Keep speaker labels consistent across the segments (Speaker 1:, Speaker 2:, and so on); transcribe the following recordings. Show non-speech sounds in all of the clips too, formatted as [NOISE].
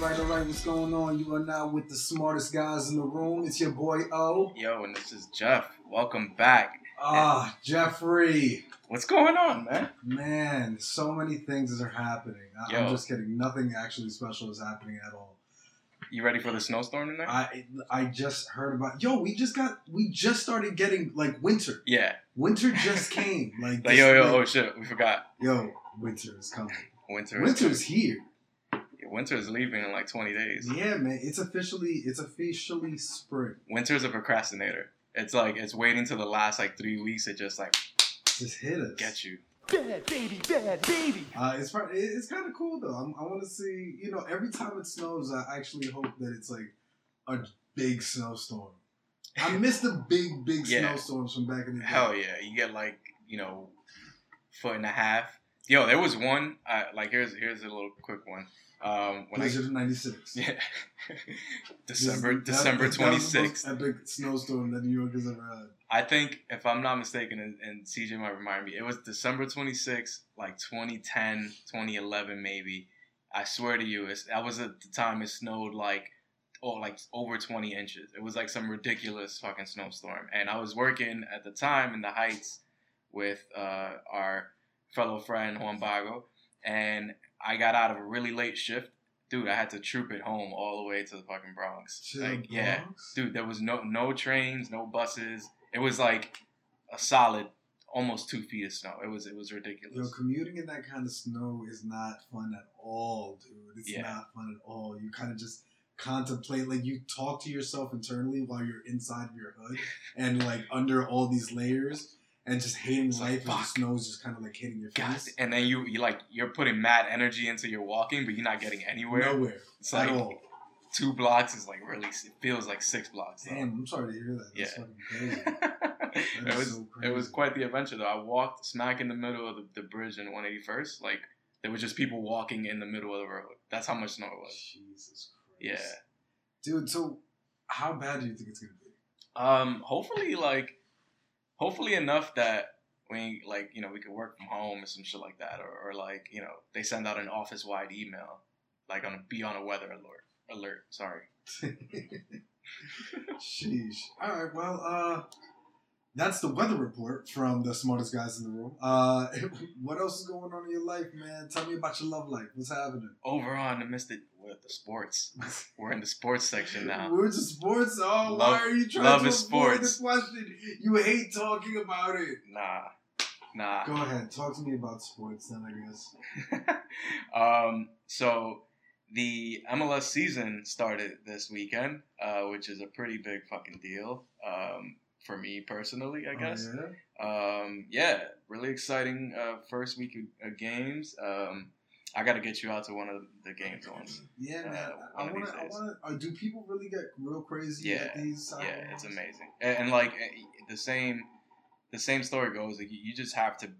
Speaker 1: what's going on? You are now with the smartest guys in the room. It's your boy O.
Speaker 2: Yo, and this is Jeff. Welcome back.
Speaker 1: Ah, Jeffrey.
Speaker 2: What's going on, man?
Speaker 1: Man, so many things are happening. I- I'm
Speaker 2: Yo.
Speaker 1: just kidding. Nothing actually special is happening at all.
Speaker 2: You ready for the snowstorm tonight?
Speaker 1: I I just heard about yo. We just got we just started getting like winter.
Speaker 2: yeah.
Speaker 1: Winter
Speaker 2: [LAUGHS]
Speaker 1: just came. Like,
Speaker 2: Like,
Speaker 1: this-
Speaker 2: yo, yo,
Speaker 1: like,
Speaker 2: oh shit, we forgot.
Speaker 1: yo, winter is coming.
Speaker 2: Winter. is-
Speaker 1: Winter's here.
Speaker 2: Winter is leaving in like 20 days.
Speaker 1: Yeah, man. It's officially it's officially spring.
Speaker 2: Winter is a procrastinator. It's like it's waiting till the last like three weeks. It just like
Speaker 1: Just hit us.
Speaker 2: get you.
Speaker 3: Bad baby, bad baby.
Speaker 1: Uh, it's probably, it's kind of cool though. I'm, I want to see. You know, every time it snows, I actually hope that it's like a big snowstorm.
Speaker 2: [LAUGHS]
Speaker 1: I miss the big big
Speaker 2: Yeah.
Speaker 1: snowstorms from back in the day.
Speaker 2: Hell yeah, you get like you know, foot and a half. Yo, there was one. Uh, like here's here's a little quick one. Um, when I
Speaker 1: Blizzard of '96.
Speaker 2: [LAUGHS] yeah, December
Speaker 1: This- that-
Speaker 2: December
Speaker 1: that
Speaker 2: twenty
Speaker 1: was the most
Speaker 2: sixth.
Speaker 1: Epic snowstorm that New York has ever had.
Speaker 2: I think, if I'm not mistaken, and, and CJ might remind me, it was December 26th, like 2010, 2011, maybe. I swear to you, it's, that was at the time it snowed like, oh, like over 20 inches. It was like some ridiculous fucking snowstorm. And I was working at the time in the Heights with uh, our fellow friend Juan Bago, and I got out of a really late shift. Dude, I had to troop it home all the way to the fucking Bronx.
Speaker 1: To the
Speaker 2: Like, yeah
Speaker 1: Bronx?
Speaker 2: dude there was no no trains no buses it was like a solid almost two feet of snow it was it was
Speaker 1: Yo,
Speaker 2: ridiculous
Speaker 1: commuting in that kind of snow is not fun at all, dude. It's
Speaker 2: Yeah.
Speaker 1: not fun at all. You kind of just contemplate, like you talk to yourself internally while you're inside of your
Speaker 2: [LAUGHS]
Speaker 1: hood and like under all these layers and just hating
Speaker 2: It's like,
Speaker 1: life. and the
Speaker 2: fuck.
Speaker 1: snow is just kind of like hitting your
Speaker 2: God,
Speaker 1: face.
Speaker 2: and then you you like you're putting mad energy into your walking but you're not getting anywhere
Speaker 1: Nowhere
Speaker 2: it's
Speaker 1: at
Speaker 2: like
Speaker 1: all.
Speaker 2: two blocks is like really it feels like six blocks though.
Speaker 1: Damn,
Speaker 2: [LAUGHS]
Speaker 1: I'm sorry to hear that. That's
Speaker 2: Yeah.
Speaker 1: fucking
Speaker 2: [LAUGHS]
Speaker 1: crazy.
Speaker 2: it
Speaker 1: is
Speaker 2: was
Speaker 1: so
Speaker 2: it was
Speaker 1: crazy.
Speaker 2: quite the adventure though. I walked smack in the middle of the, the bridge in 181st. Like there was just people walking in the middle of the road. That's how much snow it was.
Speaker 1: Jesus Christ.
Speaker 2: Yeah.
Speaker 1: Dude, so how bad do you think it's going to be?
Speaker 2: Um, hopefully, like, hopefully enough that we, like, you know, we could work from home or some shit like that, or, or like, you know, they send out an office-wide email, like on a be on a weather alert. Alert. Sorry.
Speaker 1: Sheesh. All right. Well, uh, that's the weather report from the smartest guys in the room. Uh, [LAUGHS] what else is going on in your life, man? Tell me about your love life. What's happening?
Speaker 2: Over on the Mystic with the sports. We're in the sports
Speaker 1: [LAUGHS]
Speaker 2: section now.
Speaker 1: We're just sports. Oh, why
Speaker 2: Love-
Speaker 1: are you trying
Speaker 2: love
Speaker 1: to avoid
Speaker 2: is
Speaker 1: the
Speaker 2: sports.
Speaker 1: question? You hate talking about it.
Speaker 2: Nah, nah. [LAUGHS]
Speaker 1: Go ahead. Talk to me about sports then, I guess.
Speaker 2: um, so the MLS season started this weekend, uh, which is a pretty big fucking deal um, for me personally, I guess.
Speaker 1: Oh, yeah?
Speaker 2: Um, yeah, really exciting uh, first week of, of games. Um, I got to get you out to one of the games once.
Speaker 1: Yeah,
Speaker 2: Uh,
Speaker 1: man. I
Speaker 2: one of
Speaker 1: want
Speaker 2: these
Speaker 1: to. I
Speaker 2: days.
Speaker 1: want to. Uh, do people really get real crazy at
Speaker 2: Yeah,
Speaker 1: these? soccer
Speaker 2: Yeah, it's
Speaker 1: games?
Speaker 2: amazing. And, and like eh, the same, the same story goes. Like you you just have to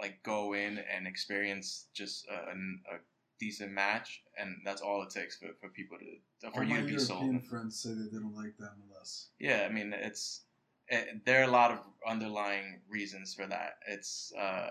Speaker 2: like go in and experience just a, an- a decent match, and that's all it takes for, for people to for
Speaker 1: All
Speaker 2: you
Speaker 1: my
Speaker 2: to be sold.
Speaker 1: European friends say that they don't like that MLS.
Speaker 2: Yeah, I mean, it's eh, there are a lot of underlying reasons for that. It's uh,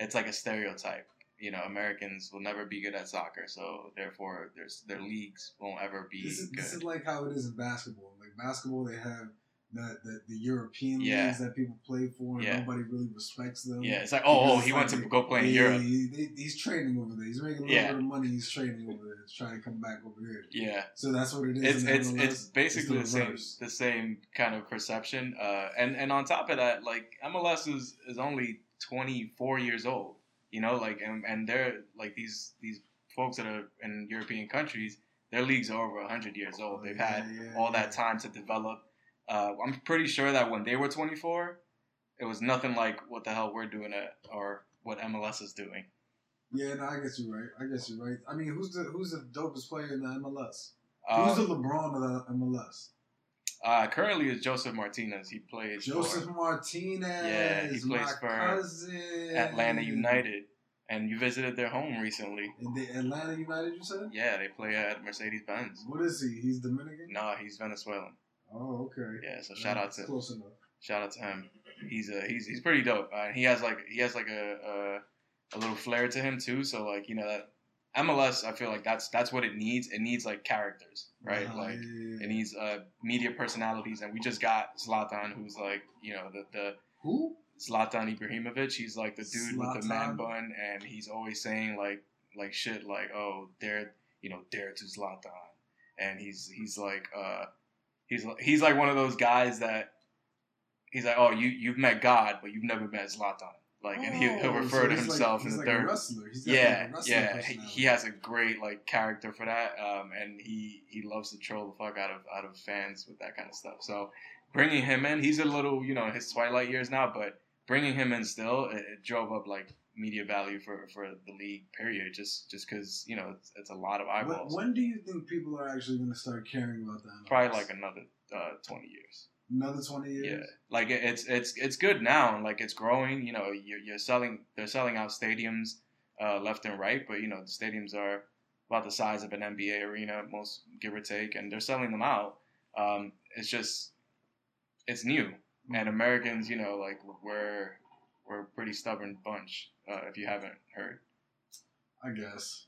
Speaker 2: it's like a stereotype. You know, Americans will never be good at soccer, so therefore, there's their leagues won't ever be
Speaker 1: This is,
Speaker 2: good.
Speaker 1: this is like how it is in basketball. Like basketball, they have the the, the European
Speaker 2: Yeah.
Speaker 1: leagues that people play for, and
Speaker 2: Yeah.
Speaker 1: nobody really respects them.
Speaker 2: yeah, it's like oh, oh
Speaker 1: Because
Speaker 2: he
Speaker 1: it's
Speaker 2: went
Speaker 1: like
Speaker 2: to go play in
Speaker 1: Yeah,
Speaker 2: Europe.
Speaker 1: he- he- he's training over there. He's making a little
Speaker 2: Yeah.
Speaker 1: bit of money. He's training over there. He's trying to come back over here.
Speaker 2: Yeah,
Speaker 1: So that's what it is.
Speaker 2: it's
Speaker 1: in
Speaker 2: it's
Speaker 1: MLS.
Speaker 2: it's basically the,
Speaker 1: It's the
Speaker 2: same
Speaker 1: reverse.
Speaker 2: the same kind of perception. Uh, and and on top of that, like MLS is is only 24 years old. You know, like and, and they're like these these folks that are in European countries, their leagues are over 100 years old. They've
Speaker 1: Yeah,
Speaker 2: had
Speaker 1: yeah,
Speaker 2: all that
Speaker 1: yeah.
Speaker 2: time to develop. Uh, I'm pretty sure that when they were 24, it was nothing like what the hell we're doing at, or what MLS is doing.
Speaker 1: Yeah, no, I guess you're right. I guess you're right. I mean, who's the who's the dopest player in the MLS? who's
Speaker 2: Um,
Speaker 1: the LeBron of the MLS?
Speaker 2: uh, currently, is Joseph Martinez. He plays
Speaker 1: Joseph
Speaker 2: for
Speaker 1: Martinez.
Speaker 2: Yeah, he
Speaker 1: my
Speaker 2: plays for
Speaker 1: cousin.
Speaker 2: Atlanta United, and you visited their home recently.
Speaker 1: And the Atlanta United, you said?
Speaker 2: Yeah, they play at Mercedes Benz.
Speaker 1: What is he? He's Dominican.
Speaker 2: No, he's Venezuelan.
Speaker 1: Oh, okay.
Speaker 2: Yeah, so shout out
Speaker 1: That's
Speaker 2: to
Speaker 1: close enough.
Speaker 2: shout out to him. He's a he's Uh, he's pretty dope. Uh, he has like he has like a, a a little flair to him too. So like you know that MLS, I feel like that's that's what it needs. It needs like characters, right?
Speaker 1: Uh,
Speaker 2: like
Speaker 1: yeah, yeah, yeah.
Speaker 2: it needs uh, media personalities, and we just got Zlatan, who's like you know the the
Speaker 1: who?
Speaker 2: Zlatan Ibrahimovic. He's like the dude with the man
Speaker 1: Zlatan.
Speaker 2: bun, and he's always saying like like shit like oh dare you know dare to Zlatan, and he's he's like uh he's he's like one of those guys that he's like oh you you've met God but you've never met Zlatan like and he, he'll
Speaker 1: Oh,
Speaker 2: refer
Speaker 1: so
Speaker 2: to
Speaker 1: he's like-
Speaker 2: himself
Speaker 1: he's
Speaker 2: in the
Speaker 1: like a
Speaker 2: third
Speaker 1: wrestler. He's got, like,
Speaker 2: yeah,
Speaker 1: a wrestling
Speaker 2: yeah. He,
Speaker 1: personality.
Speaker 2: he has a great like character for that, um, and he he loves to troll the fuck out of out of fans with that kind of stuff. So bringing him in, he's a little you know his twilight years now, but bringing him in still, it, it drove up like media value for for the league period. Just just because you know it's, it's a lot of
Speaker 1: When,
Speaker 2: eyeballs.
Speaker 1: when do you think people are actually going to start caring about that?
Speaker 2: Probably like another uh, twenty years.
Speaker 1: another twenty years.
Speaker 2: like it- it's it's it's good now and like it's growing you know you're, you're selling they're selling out stadiums uh, left and right but you know the stadiums are about the size of an nba arena most give or take and they're selling them out um, it's just it's new and americans you know like we're we're a pretty stubborn bunch uh, if you haven't heard
Speaker 1: I guess.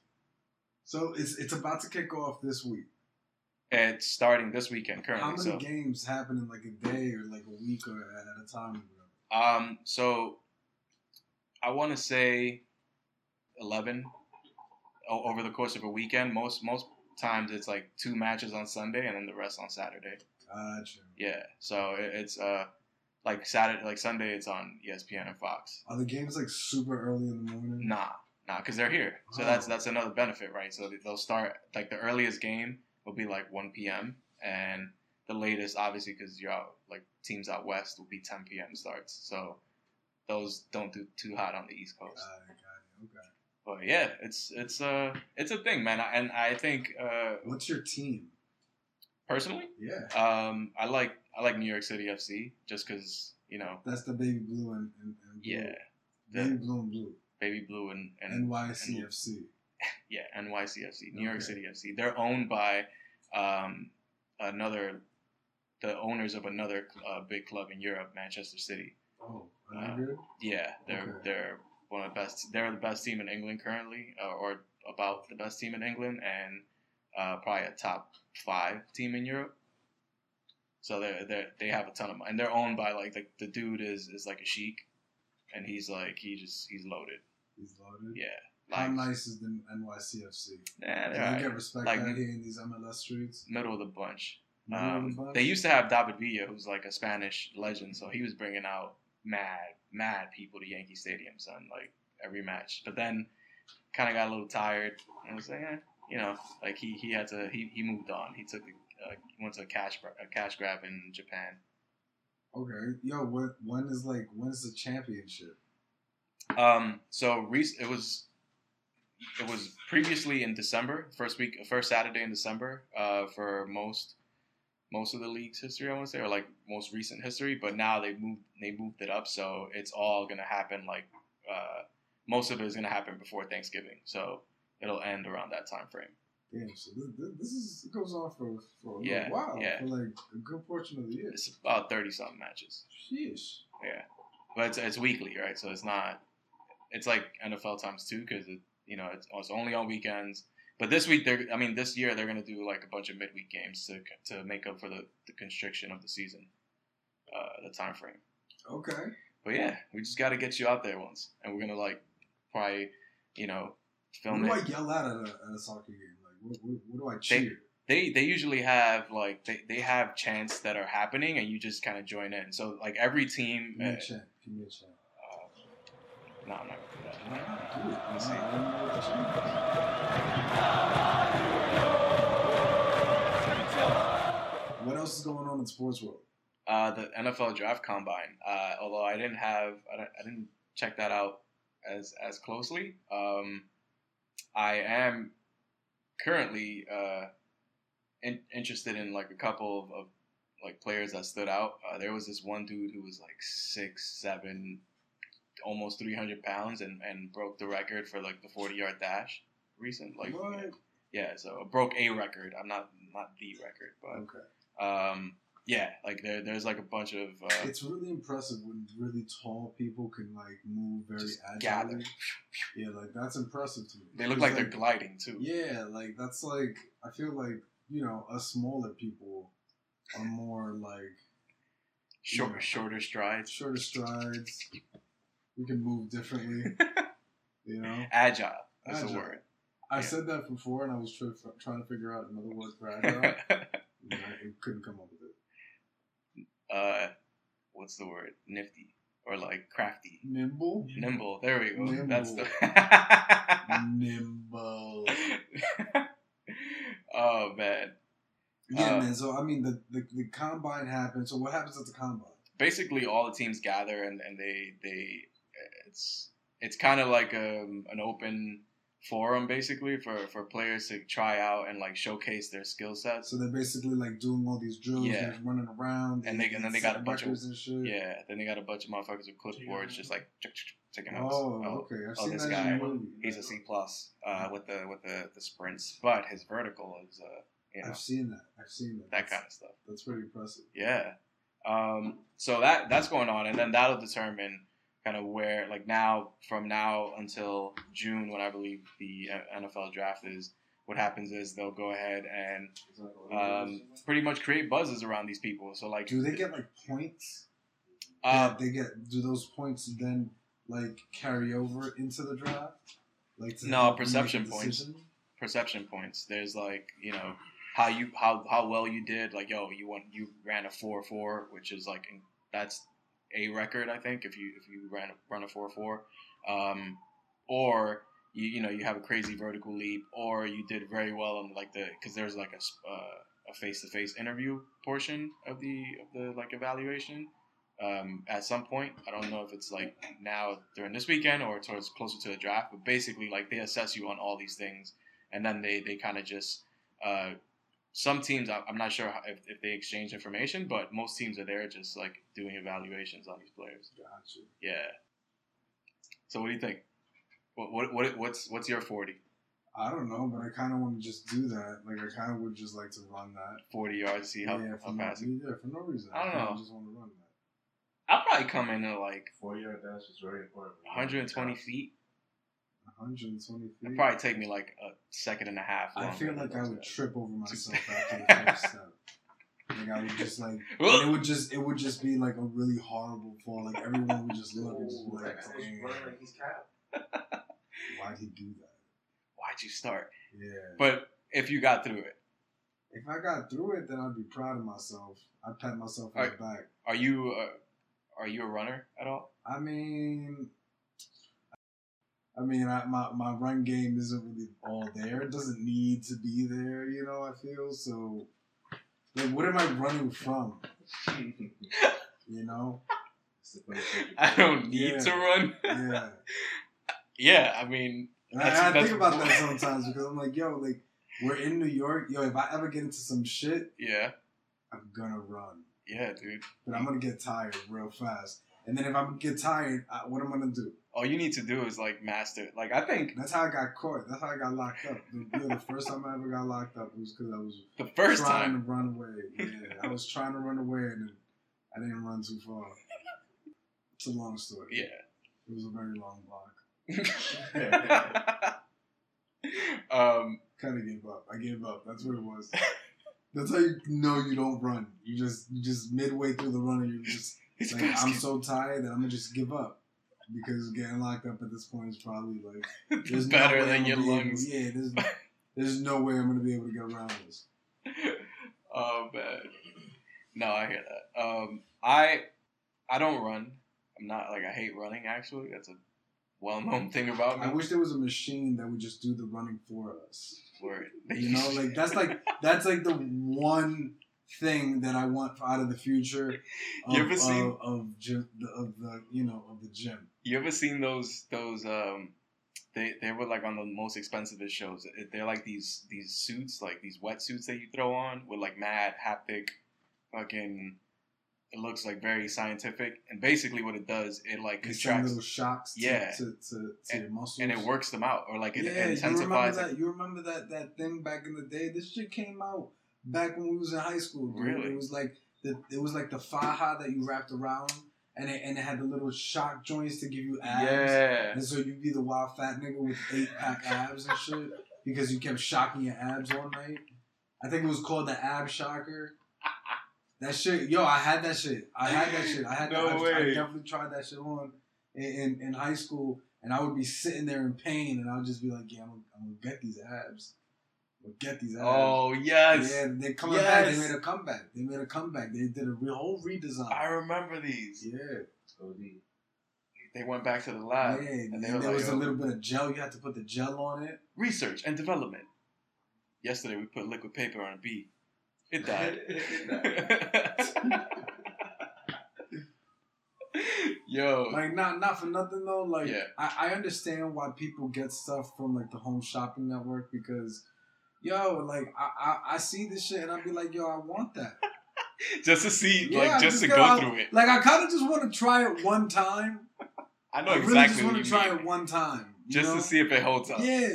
Speaker 1: So it's it's about to kick off this week.
Speaker 2: it's starting this weekend
Speaker 1: How
Speaker 2: currently
Speaker 1: many
Speaker 2: so
Speaker 1: games happen in like a day or like a week or at a time? Bro?
Speaker 2: um so i want to say 11 o- over the course of a weekend. Most most times it's like two matches on Sunday and then the rest on Saturday.
Speaker 1: Gotcha.
Speaker 2: Yeah, so it, it's uh like Saturday like Sunday it's on E ESPN and Fox.
Speaker 1: Are the games like super early in the morning?
Speaker 2: Nah, nah, because they're here. So that's that's another benefit, right? So they- they'll start like the earliest game will be like 1 p.m. and the latest, obviously, because you're out like teams out west will be 10 p.m. starts. So those don't do too hot on the East Coast.
Speaker 1: Got it, got it, okay.
Speaker 2: But yeah, it's it's uh it's a thing, man. And I think uh
Speaker 1: What's your team?
Speaker 2: personally,
Speaker 1: Yeah,
Speaker 2: um, I like I like New York City FC just because you know
Speaker 1: that's the baby blue and, and, and blue.
Speaker 2: yeah,
Speaker 1: baby
Speaker 2: the
Speaker 1: blue and blue.
Speaker 2: baby blue and, and
Speaker 1: NYCFC.
Speaker 2: yeah NYCFC New York
Speaker 1: Okay.
Speaker 2: City FC. They're owned by um, another the owners of another uh, big club in Europe, Manchester City.
Speaker 1: Oh, are they
Speaker 2: Uh,
Speaker 1: good?
Speaker 2: Yeah, they're
Speaker 1: Okay.
Speaker 2: they're one of the best. They're the best team in England currently, uh, or about the best team in England, and uh, probably a top five team in Europe. So they they they have a ton of money, and they're owned by like the, the dude is is like a sheik, and he's like he just he's loaded.
Speaker 1: He's loaded.
Speaker 2: Yeah,
Speaker 1: How
Speaker 2: like nah,
Speaker 1: nice is the NYCFC?
Speaker 2: they're
Speaker 1: Do
Speaker 2: alright.
Speaker 1: they get respect
Speaker 2: Like-
Speaker 1: out here in these MLS streets?
Speaker 2: middle of the bunch.
Speaker 1: Middle of the
Speaker 2: Um,
Speaker 1: bunch?
Speaker 2: they used to have David Villa, who's like a Spanish legend, so he was bringing out mad, mad people to Yankee Stadium, son, like every match. But then kind of got a little tired and was like, eh, you know, like he, he had to he, he moved on. He took the, uh, he went to a cash bra- a cash grab in Japan.
Speaker 1: Okay. Yo, when, when is like when is the championship?
Speaker 2: Um, so rec- it was it was previously in December, first week, first Saturday in December, uh, for most most of the league's history, I want to say, or like most recent history. But now they moved they moved it up, so it's all gonna happen like uh, most of it is gonna happen before Thanksgiving, so it'll end around that time frame.
Speaker 1: Damn, so this, this, this is it goes on for for a
Speaker 2: Yeah,
Speaker 1: little while
Speaker 2: yeah.
Speaker 1: for like a good portion of the year.
Speaker 2: It's about thirty something matches,
Speaker 1: Sheesh.
Speaker 2: but it's, it's weekly, right? So it's not it's like NFL times two because it, you know it's, it's only on weekends. But this week, they're I mean this year they're gonna do like a bunch of midweek games to to make up for the, the constriction of the season, uh, the time frame.
Speaker 1: Okay.
Speaker 2: But yeah, we just gotta get you out there once, and we're gonna like probably you know
Speaker 1: What
Speaker 2: film
Speaker 1: do
Speaker 2: it.
Speaker 1: I yell at at a, at a soccer game? Like, what, what, what do I cheer?
Speaker 2: they they usually have like they, they have chants that are happening, and you just kind of join in. So like every team,
Speaker 1: Give
Speaker 2: uh,
Speaker 1: me
Speaker 2: uh,
Speaker 1: a chant. Give me a chant.
Speaker 2: no, I'm not gonna do that.
Speaker 1: Why not do it?
Speaker 2: Let's see.
Speaker 1: I don't know what the chant is. What else is going on in sports world?
Speaker 2: uh, the NFL draft combine. Uh, although I didn't have, I, don't- I didn't check that out as as closely. Um, I am currently uh, in, interested in like a couple of, of like players that stood out. Uh, there was this one dude who was like six, seven, almost three hundred pounds, and and broke the record for like the forty yard dash recent. Like
Speaker 1: What?
Speaker 2: yeah, so broke a record. I'm not not the record, but
Speaker 1: Okay.
Speaker 2: um, Yeah, like there, there's like a bunch of
Speaker 1: [LAUGHS]
Speaker 2: uh,
Speaker 1: It's really impressive when really tall people can like move very
Speaker 2: Just
Speaker 1: agilely.
Speaker 2: gather.
Speaker 1: Yeah, like that's impressive to me.
Speaker 2: They look
Speaker 1: Because,
Speaker 2: like they're gliding too.
Speaker 1: Yeah, like that's like I feel like you know us smaller people are more like
Speaker 2: Short,
Speaker 1: Yeah.
Speaker 2: shorter strides,
Speaker 1: shorter strides. We can move differently.
Speaker 2: [LAUGHS]
Speaker 1: you know,
Speaker 2: agile. That's the
Speaker 1: Agile.
Speaker 2: word.
Speaker 1: I
Speaker 2: Yeah.
Speaker 1: said that before, and I was try- trying to figure out another word for agile.
Speaker 2: [LAUGHS]
Speaker 1: and I couldn't come up with it.
Speaker 2: uh, what's the word? Nifty or like crafty,
Speaker 1: Nimble,
Speaker 2: nimble. There we go. That's the. [LAUGHS]
Speaker 1: nimble.
Speaker 2: oh man.
Speaker 1: Yeah,
Speaker 2: Uh,
Speaker 1: man. So I mean, the, the the combine happened. So what happens at the combine?
Speaker 2: basically all the teams gather and, and they they it's it's kind of like um an open forum basically for for players to try out and like showcase their skill sets
Speaker 1: So they're basically like doing all these drills,
Speaker 2: Yeah.
Speaker 1: they're running around,
Speaker 2: And they- and then they got a
Speaker 1: setting
Speaker 2: bunch of-
Speaker 1: records and shit.
Speaker 2: yeah then they got a bunch of motherfuckers with clipboards just like check, check, check, taking notes
Speaker 1: Oh, Mm-hmm.
Speaker 2: Oh,
Speaker 1: okay. I've
Speaker 2: oh,
Speaker 1: seen
Speaker 2: this
Speaker 1: that
Speaker 2: guy,
Speaker 1: in the movie.
Speaker 2: he's a c plus uh with the with the the sprints but his vertical is uh you know
Speaker 1: I've seen that. I've seen that.
Speaker 2: that
Speaker 1: That's,
Speaker 2: kind of stuff
Speaker 1: That's pretty impressive.
Speaker 2: Yeah. Um, so that that's going on, and then that'll determine kind of where, like now, from now until June, when I believe the uh, NFL draft is. What happens is they'll go ahead and
Speaker 1: Is that what it
Speaker 2: um,
Speaker 1: is?
Speaker 2: pretty much create buzzes around these people. So like,
Speaker 1: do they get like points?
Speaker 2: uh,
Speaker 1: yeah, they get. Do those points then like carry over into the draft? Like to
Speaker 2: No,
Speaker 1: help you make a
Speaker 2: perception points.
Speaker 1: decision?
Speaker 2: perception points. There's like you know how you how how well you did. Like yo, you went you ran a four four, which is like in- that's a record I think if you if you ran a, run a four four, um, or you you know you have a crazy vertical leap, or you did very well on like the because there's like a s- uh, a face to face interview portion of the of the like evaluation. Um, at some point, I don't know if it's like now during this weekend or towards closer to the draft, but basically, like they assess you on all these things and then they they kind of just uh, some teams I- I'm not sure how- if, if they exchange information, but most teams are there just like doing evaluations on these players.
Speaker 1: Gotcha.
Speaker 2: Yeah. So what do you think? What what, what what's what's your 40,
Speaker 1: I don't know, but I kind of want to just do that. Like I kind of would just like to run that.
Speaker 2: 40 yards? See how,
Speaker 1: yeah, for
Speaker 2: how
Speaker 1: no,
Speaker 2: fast. it-
Speaker 1: yeah, for no reason.
Speaker 2: I don't
Speaker 1: kinda
Speaker 2: know.
Speaker 1: just want to run that.
Speaker 2: I'll probably come in at like
Speaker 4: Four yard dash is very important.
Speaker 2: 120 feet.
Speaker 1: 120 feet.
Speaker 2: It'd probably take me like a second and a half.
Speaker 1: I
Speaker 2: longer
Speaker 1: feel
Speaker 2: than
Speaker 1: like I
Speaker 2: those
Speaker 1: would
Speaker 2: guys.
Speaker 1: trip over myself after the
Speaker 2: [LAUGHS]
Speaker 1: first step. Like I would just like and it would just it would just be like a really horrible fall. Like everyone would just look and just be like, "Damn,
Speaker 4: he's cap.
Speaker 1: why'd he do that?
Speaker 2: Why'd you start?
Speaker 1: Yeah.
Speaker 2: But if you got through it,
Speaker 1: If I got through it, then I'd be proud of myself. I'd pat myself on the back.
Speaker 2: are you uh, are you a runner at all? [LAUGHS]
Speaker 1: I mean, I mean, I, my my run game isn't really all there. It doesn't need to be there, you know. I feel so. Like, what am I running
Speaker 2: [LAUGHS]
Speaker 1: from? You know?
Speaker 2: I don't need to
Speaker 1: Yeah.
Speaker 2: run.
Speaker 1: Yeah.
Speaker 2: Yeah, I mean,
Speaker 1: And I,
Speaker 2: That's-
Speaker 1: I
Speaker 2: that's-
Speaker 1: think about that sometimes because I'm like, yo, like we're in New York. Yo, if I ever get into some shit,
Speaker 2: yeah,
Speaker 1: I'm gonna run,
Speaker 2: yeah, dude.
Speaker 1: but I'm gonna get tired real fast. And then if I get tired, I, what am I gonna do?
Speaker 2: All you need to do is like master. Like, I think
Speaker 1: That's how I got caught. That's how I got locked up. The, yeah, the first time I ever got locked up was because I was
Speaker 2: the first
Speaker 1: trying [LAUGHS]
Speaker 2: time.
Speaker 1: to run away. Yeah, I was trying to run away and then I didn't run too far. It's a long story.
Speaker 2: Yeah.
Speaker 1: It was a very long
Speaker 2: [LAUGHS]
Speaker 1: block.
Speaker 2: um,
Speaker 1: Kind of gave up. I gave up. That's what it was. That's how you know you don't run. You just you just midway through the run and you're just
Speaker 2: it's
Speaker 1: like I'm so tired that I'm gonna just give up because getting locked up at this point is probably like there's no
Speaker 2: better
Speaker 1: way
Speaker 2: than
Speaker 1: I'm
Speaker 2: your
Speaker 1: gonna be able-
Speaker 2: lungs.
Speaker 1: yeah, there's there's no way I'm gonna be able to get around this.
Speaker 2: Oh man. No, I hear that. Um, I I don't run. I'm not like I hate running. Actually, that's a well-known thing about me.
Speaker 1: I wish there was a machine that would just do the running for
Speaker 2: [LAUGHS]
Speaker 1: us.
Speaker 2: Word.
Speaker 1: You know, like that's like that's like the one thing that I want out of the future. Of,
Speaker 2: [LAUGHS] You ever seen-
Speaker 1: of, of, gym, the, of the you know of the gym?
Speaker 2: You ever seen those those um? They they were like on the most expensivest shows. It- They're like these these suits, like these wetsuits that you throw on with like mad haptic, fucking. It looks like very scientific, and basically what it does, it like
Speaker 1: It's some
Speaker 2: contracts
Speaker 1: little shocks to,
Speaker 2: Yeah.
Speaker 1: to, to, to your muscles.
Speaker 2: and it works them out, or like it
Speaker 1: yeah, you remember
Speaker 2: intensifies. it.
Speaker 1: that? You remember that that thing back in the day? This shit came out back when we was in high school. Dude.
Speaker 2: Really?
Speaker 1: It was like the it was like the faja that you wrapped around, and it, and it had the little shock joints to give you abs.
Speaker 2: Yeah.
Speaker 1: And so you'd be the wild fat nigga with eight
Speaker 2: [LAUGHS]
Speaker 1: pack abs and shit because you kept shocking your abs all night. I think it was called the ab shocker. That shit, yo, I had that shit. I had that shit. I had
Speaker 2: [LAUGHS] No
Speaker 1: that. I- I,
Speaker 2: way.
Speaker 1: definitely tried that shit on in, in, in high school, and I would be sitting there in pain, and I would just be like, yeah, I'm gonna, I'm gonna get these abs. I'm gonna get these abs.
Speaker 2: Oh yes.
Speaker 1: yeah, they're coming back. They
Speaker 2: Yes.
Speaker 1: made a comeback. They made a comeback. They did a re- whole redesign.
Speaker 2: I remember these.
Speaker 1: yeah.
Speaker 4: OD.
Speaker 2: They went back to the
Speaker 1: Yeah,
Speaker 2: lab.
Speaker 1: and,
Speaker 2: and they were
Speaker 1: there
Speaker 2: like,
Speaker 1: was a
Speaker 2: "Oh."
Speaker 1: little bit of gel. You had to put the gel on it.
Speaker 2: Research and development. Yesterday we put liquid paper on a bee.
Speaker 1: [LAUGHS]
Speaker 2: It died. [LAUGHS] Yo.
Speaker 1: Like not not for nothing though. Like
Speaker 2: Yeah.
Speaker 1: I, I understand why people get stuff from like the home shopping network because yo, like I, I, I see this shit and I'll be like, yo, I want that.
Speaker 2: just to see,
Speaker 1: Yeah,
Speaker 2: like,
Speaker 1: I
Speaker 2: just,
Speaker 1: just
Speaker 2: to
Speaker 1: got
Speaker 2: go
Speaker 1: out-
Speaker 2: through it.
Speaker 1: Like I kinda just wanna try it one time.
Speaker 2: I know
Speaker 1: I
Speaker 2: exactly
Speaker 1: really just
Speaker 2: what
Speaker 1: wanna
Speaker 2: you
Speaker 1: try
Speaker 2: mean.
Speaker 1: it one time. you
Speaker 2: just
Speaker 1: know?
Speaker 2: to see if it holds up.
Speaker 1: Yeah.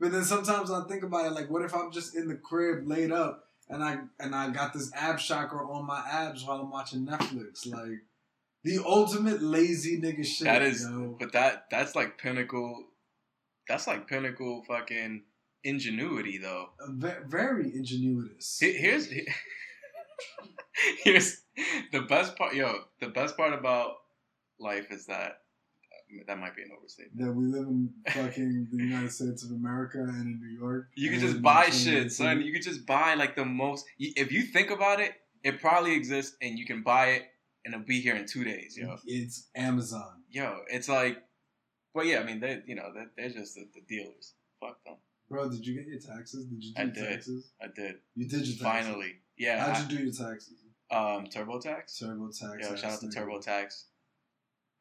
Speaker 1: But then sometimes I think about it like what if I'm just in the crib laid up and I and I got this ab shocker on my abs while I'm watching Netflix. Like the ultimate lazy nigga shit.
Speaker 2: that is,
Speaker 1: yo.
Speaker 2: but that that's like pinnacle. That's like pinnacle fucking ingenuity, though.
Speaker 1: A ve- very ingenuitous.
Speaker 2: He- Here's he- [LAUGHS] here's the best part, yo. The best part about life is that that might be an overstatement.
Speaker 1: that we live in fucking the United States of America and in New York.
Speaker 2: You can
Speaker 1: and
Speaker 2: just
Speaker 1: in
Speaker 2: buy
Speaker 1: 2019.
Speaker 2: shit, son. You can just buy like the most. y- If you think about it, it probably exists, and you can buy it, and it'll be here in two days, yo.
Speaker 1: It's Amazon.
Speaker 2: yo, it's like, but yeah, I mean, they, you know, they're, they're just the, the dealers. Fuck them.
Speaker 1: Bro, did you get your taxes? Did you do
Speaker 2: I
Speaker 1: your
Speaker 2: did.
Speaker 1: taxes?
Speaker 2: I did
Speaker 1: You did your taxes.
Speaker 2: finally. Yeah.
Speaker 1: How'd you do your taxes?
Speaker 2: I, um, TurboTax.
Speaker 1: TurboTax.
Speaker 2: Yo, shout out to
Speaker 1: ass nigga.
Speaker 2: TurboTax.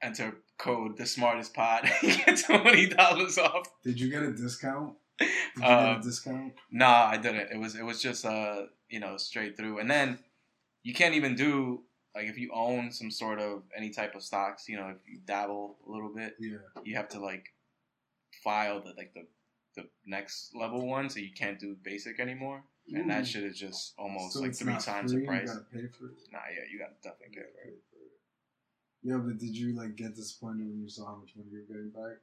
Speaker 2: Enter code the smartest [LAUGHS] pod. Get twenty dollars off.
Speaker 1: Did you get a discount? Did you get
Speaker 2: Uh,
Speaker 1: a discount?
Speaker 2: Nah, I didn't. It was it was just uh you know straight through, and then you can't even do like if you own some sort of any type of stocks. You know, if you dabble a little bit,
Speaker 1: Yeah.
Speaker 2: you have to like file the like the the next level one, so you can't do basic anymore. And
Speaker 1: Ooh.
Speaker 2: that shit is just almost
Speaker 1: Mm. So
Speaker 2: like
Speaker 1: it's
Speaker 2: three
Speaker 1: not
Speaker 2: times
Speaker 1: free,
Speaker 2: the price.
Speaker 1: You gotta pay for it.
Speaker 2: Nah, yeah, you gotta definitely pay for it.
Speaker 1: Yeah, but did you like get disappointed when you saw how much money you were getting back?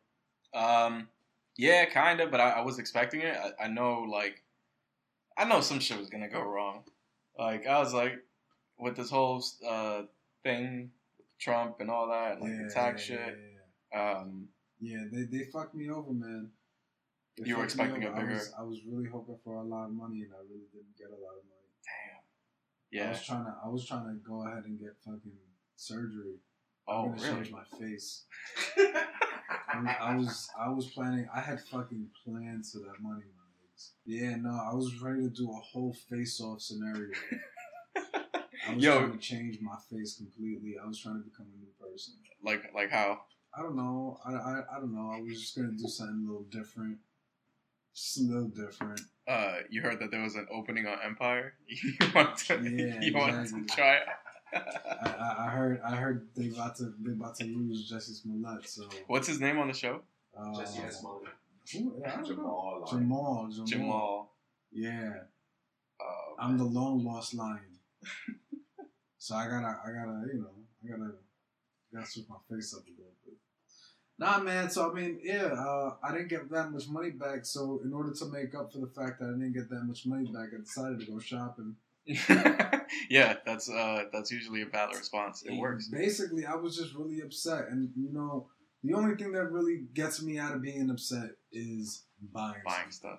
Speaker 2: Um, yeah, kind of, but I, I was expecting it. I, I know, like, I know some shit was gonna go wrong. Like, I was like, with this whole uh thing, Trump and all that, like the tax
Speaker 1: yeah,
Speaker 2: shit.
Speaker 1: yeah, yeah.
Speaker 2: Um,
Speaker 1: Yeah, they, they fucked me over, man. They
Speaker 2: You were
Speaker 1: fucked me
Speaker 2: expecting a
Speaker 1: over. I
Speaker 2: bigger-
Speaker 1: was, I was really hoping for a lot of money, and I really didn't get a lot of money. I
Speaker 2: yeah.
Speaker 1: was trying to I was trying to go ahead and get fucking surgery.
Speaker 2: Oh,
Speaker 1: I'm gonna change
Speaker 2: really?
Speaker 1: my
Speaker 2: [LAUGHS]
Speaker 1: face. I'm- I was I was planning. I had fucking plans for that money, my niggas. Yeah, no, I was ready to do a whole face-off scenario. I was
Speaker 2: [LAUGHS] Yo.
Speaker 1: trying to change my face completely. I was trying to become a new person.
Speaker 2: Like, like how?
Speaker 1: I don't know. I, I, I don't know. I was just gonna do something a little different. Just a little different.
Speaker 2: Uh, you heard that there was an opening on Empire. [LAUGHS] you wanted to,
Speaker 1: Yeah,
Speaker 2: you wanted to
Speaker 1: exactly.
Speaker 2: try it.
Speaker 1: I, I, I heard I heard they about to they about to lose Jesse Smollett. So
Speaker 2: What's his name on the show?
Speaker 1: uh,
Speaker 4: Jesse has money.
Speaker 1: who- I don't know.
Speaker 4: Jamal. like,
Speaker 1: Jamal, Jamal.
Speaker 2: Jamal.
Speaker 1: Yeah,
Speaker 2: Oh,
Speaker 1: I'm the long lost lion. so I gotta I gotta you know I gotta gotta switch my face up a little bit. Nah, man. So I mean, yeah, uh, I didn't get that much money back. So in order to make up for the fact that I didn't get that much money back, I decided to go shopping.
Speaker 2: [LAUGHS] yeah, that's uh, that's usually a valid response. It works.
Speaker 1: Basically, I was just really upset, and you know, the only thing that really gets me out of being upset is buying.
Speaker 2: Buying stuff.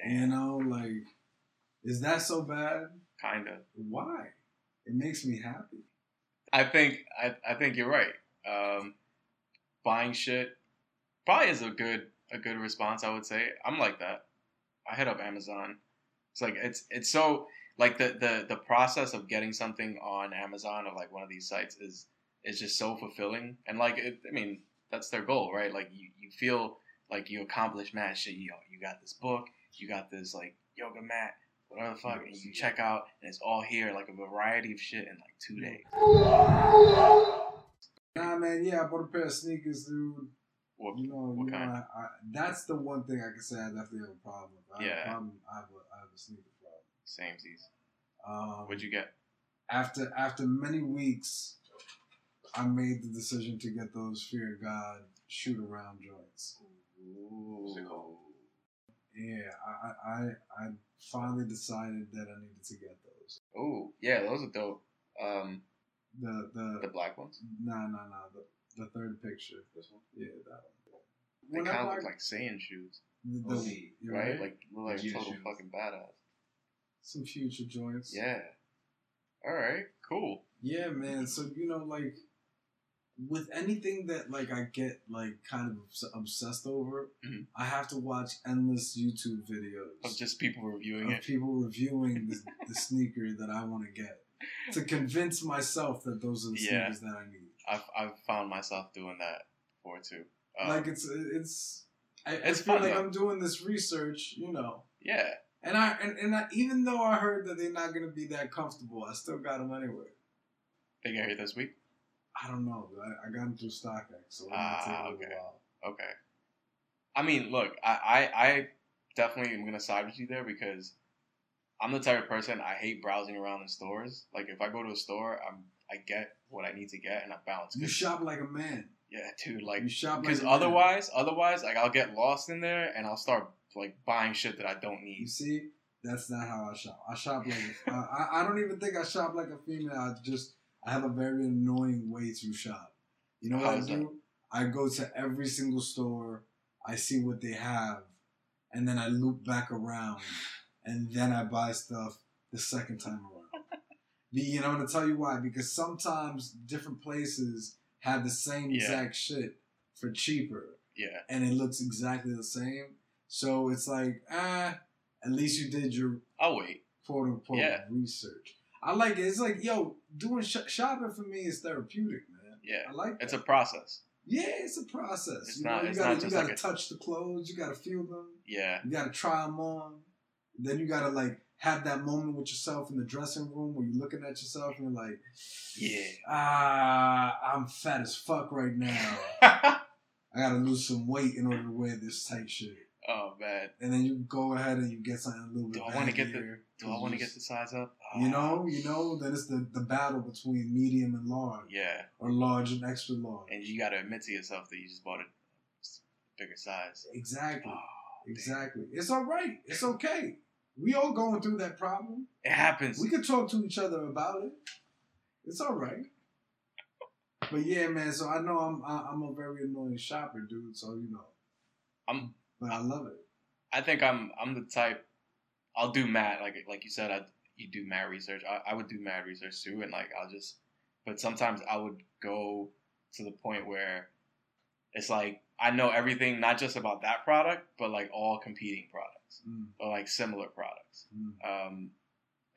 Speaker 1: stuff. You know, like, is that so bad?
Speaker 2: Kind of.
Speaker 1: Why? It makes me happy.
Speaker 2: I think I, I think you're right. Um, buying shit probably is a good a good response. I would say I'm like that. I hit up Amazon. It's like it's it's so like the the the process of getting something on Amazon or like one of these sites is is just so fulfilling. And like it, I mean that's their goal, right? Like you you feel like you accomplished mad shit. You you got this book. You got this like yoga mat. Whatever the fuck, and you check out, and it's all here, like a variety of shit in like two days.
Speaker 1: Nah, man. Yeah, I bought a pair of sneakers, dude.
Speaker 2: What-
Speaker 1: You know,
Speaker 2: what
Speaker 1: you know,
Speaker 2: kind?
Speaker 1: I, I, that's the one thing I can say I definitely have a problem with. I have
Speaker 2: Yeah.
Speaker 1: a problem. I have a, I have a sneaker problem.
Speaker 2: Samesies.
Speaker 1: Um,
Speaker 2: What'd you get?
Speaker 1: after after many weeks, I made the decision to get those Fear of God shoot around joints.
Speaker 4: What's it called?
Speaker 1: Yeah, I, I I I finally decided that I needed to get those.
Speaker 2: Oh, yeah, those are dope. Um,
Speaker 1: The
Speaker 2: the
Speaker 1: the
Speaker 2: black ones.
Speaker 1: no no no the, the third picture.
Speaker 4: This one?
Speaker 1: Yeah, that
Speaker 2: They
Speaker 1: one.
Speaker 2: kind of
Speaker 1: Whenever I-
Speaker 2: look like Saiyan shoes,
Speaker 1: the-
Speaker 4: Oh,
Speaker 1: the- you're
Speaker 2: right? Like look like
Speaker 4: Vegeta
Speaker 2: total
Speaker 4: shoes.
Speaker 2: fucking badass.
Speaker 1: some future joints.
Speaker 2: Yeah. All right. Cool.
Speaker 1: Yeah, man. So you know, like with anything that like I get like kind of obs- obsessed over,
Speaker 2: Mhm.
Speaker 1: I have to watch endless YouTube videos
Speaker 2: Of just people reviewing
Speaker 1: of
Speaker 2: it.
Speaker 1: people reviewing
Speaker 2: [LAUGHS]
Speaker 1: the, the sneaker that I want to get to convince myself that those are the
Speaker 2: Yeah.
Speaker 1: sneakers that I need.
Speaker 2: I've I've found myself doing that before too. Um,
Speaker 1: like it's it's I,
Speaker 2: It's
Speaker 1: I feel
Speaker 2: fun,
Speaker 1: like
Speaker 2: though.
Speaker 1: I'm doing this research, you know.
Speaker 2: yeah.
Speaker 1: And I and, and I, even though I heard that they're not gonna be that comfortable, I still got them anyway.
Speaker 2: They got here this week.
Speaker 1: I don't know. I, I got them through StockX, so it's
Speaker 2: Ah,
Speaker 1: gonna take a little
Speaker 2: okay.
Speaker 1: while.
Speaker 2: Okay. I mean, look, I, I, I definitely am gonna side with you there because I'm the type of person I hate browsing around in stores. Like if I go to a store, I'm I get what I need to get and I bounce.
Speaker 1: You
Speaker 2: 'Cause-
Speaker 1: shop like a man.
Speaker 2: yeah, dude. Like
Speaker 1: you shop like
Speaker 2: because
Speaker 1: a man.
Speaker 2: otherwise, otherwise, like I'll get lost in there and I'll start like buying shit that I don't
Speaker 1: you
Speaker 2: need.
Speaker 1: see, that's not how I shop. I shop like a- I I- I don't even think I shop like a female. I just I have a very annoying way to shop. You know what
Speaker 2: How
Speaker 1: I
Speaker 2: is
Speaker 1: do? I go to every single store. I see what they have, and then I loop back around, and then I buy stuff the second time around. Be- and I'm gonna tell you why because sometimes different places have the same
Speaker 2: Yeah.
Speaker 1: exact shit for cheaper.
Speaker 2: Yeah,
Speaker 1: and it looks exactly the same. So it's like, ah, at least you did your
Speaker 2: I'll wait.
Speaker 1: quote unquote
Speaker 2: Yeah.
Speaker 1: research. I like it. It's like, yo, doing sh- shopping for me is therapeutic, man.
Speaker 2: Yeah,
Speaker 1: I like
Speaker 2: it's
Speaker 1: that.
Speaker 2: a process.
Speaker 1: yeah, it's a process.
Speaker 2: It's
Speaker 1: you
Speaker 2: not-
Speaker 1: know, you
Speaker 2: it's
Speaker 1: gotta,
Speaker 2: not
Speaker 1: you
Speaker 2: just
Speaker 1: gotta
Speaker 2: like a-
Speaker 1: touch the clothes, you gotta feel them,
Speaker 2: Yeah,
Speaker 1: you gotta try them on. Then you gotta like have that moment with yourself in the dressing room where you're looking at yourself and you're like,
Speaker 2: Yeah.
Speaker 1: ah, I'm fat as fuck right
Speaker 2: [LAUGHS]
Speaker 1: now. I gotta lose some weight in order to wear this tight shit.
Speaker 2: oh man,
Speaker 1: and then you go ahead and you get something a little bit.
Speaker 2: Do I wanna get the-
Speaker 1: baggier.
Speaker 2: do I want to get the oh. size up? Ah,
Speaker 1: You know, you know. Then it's the, the battle between medium and large,
Speaker 2: Yeah,
Speaker 1: or large and extra large.
Speaker 2: and you gotta admit to yourself that you just bought a bigger size.
Speaker 1: exactly,
Speaker 2: Oh,
Speaker 1: exactly. It's all right. It's okay. We all going through that problem.
Speaker 2: it happens.
Speaker 1: We can talk to each other about it. It's all right. But yeah, man. So I know I'm I- I'm a very annoying shopper, dude. So you know,
Speaker 2: I'm.
Speaker 1: but I love it.
Speaker 2: I think I'm. I'm the type. I'll do mad like like you said. I you do mad research. I, I would do mad research too, and like I'll just. But sometimes I would go to the point where it's like I know everything, not just about that product, but like all competing products
Speaker 1: Mm,
Speaker 2: or like similar products.
Speaker 1: mm.
Speaker 2: Um,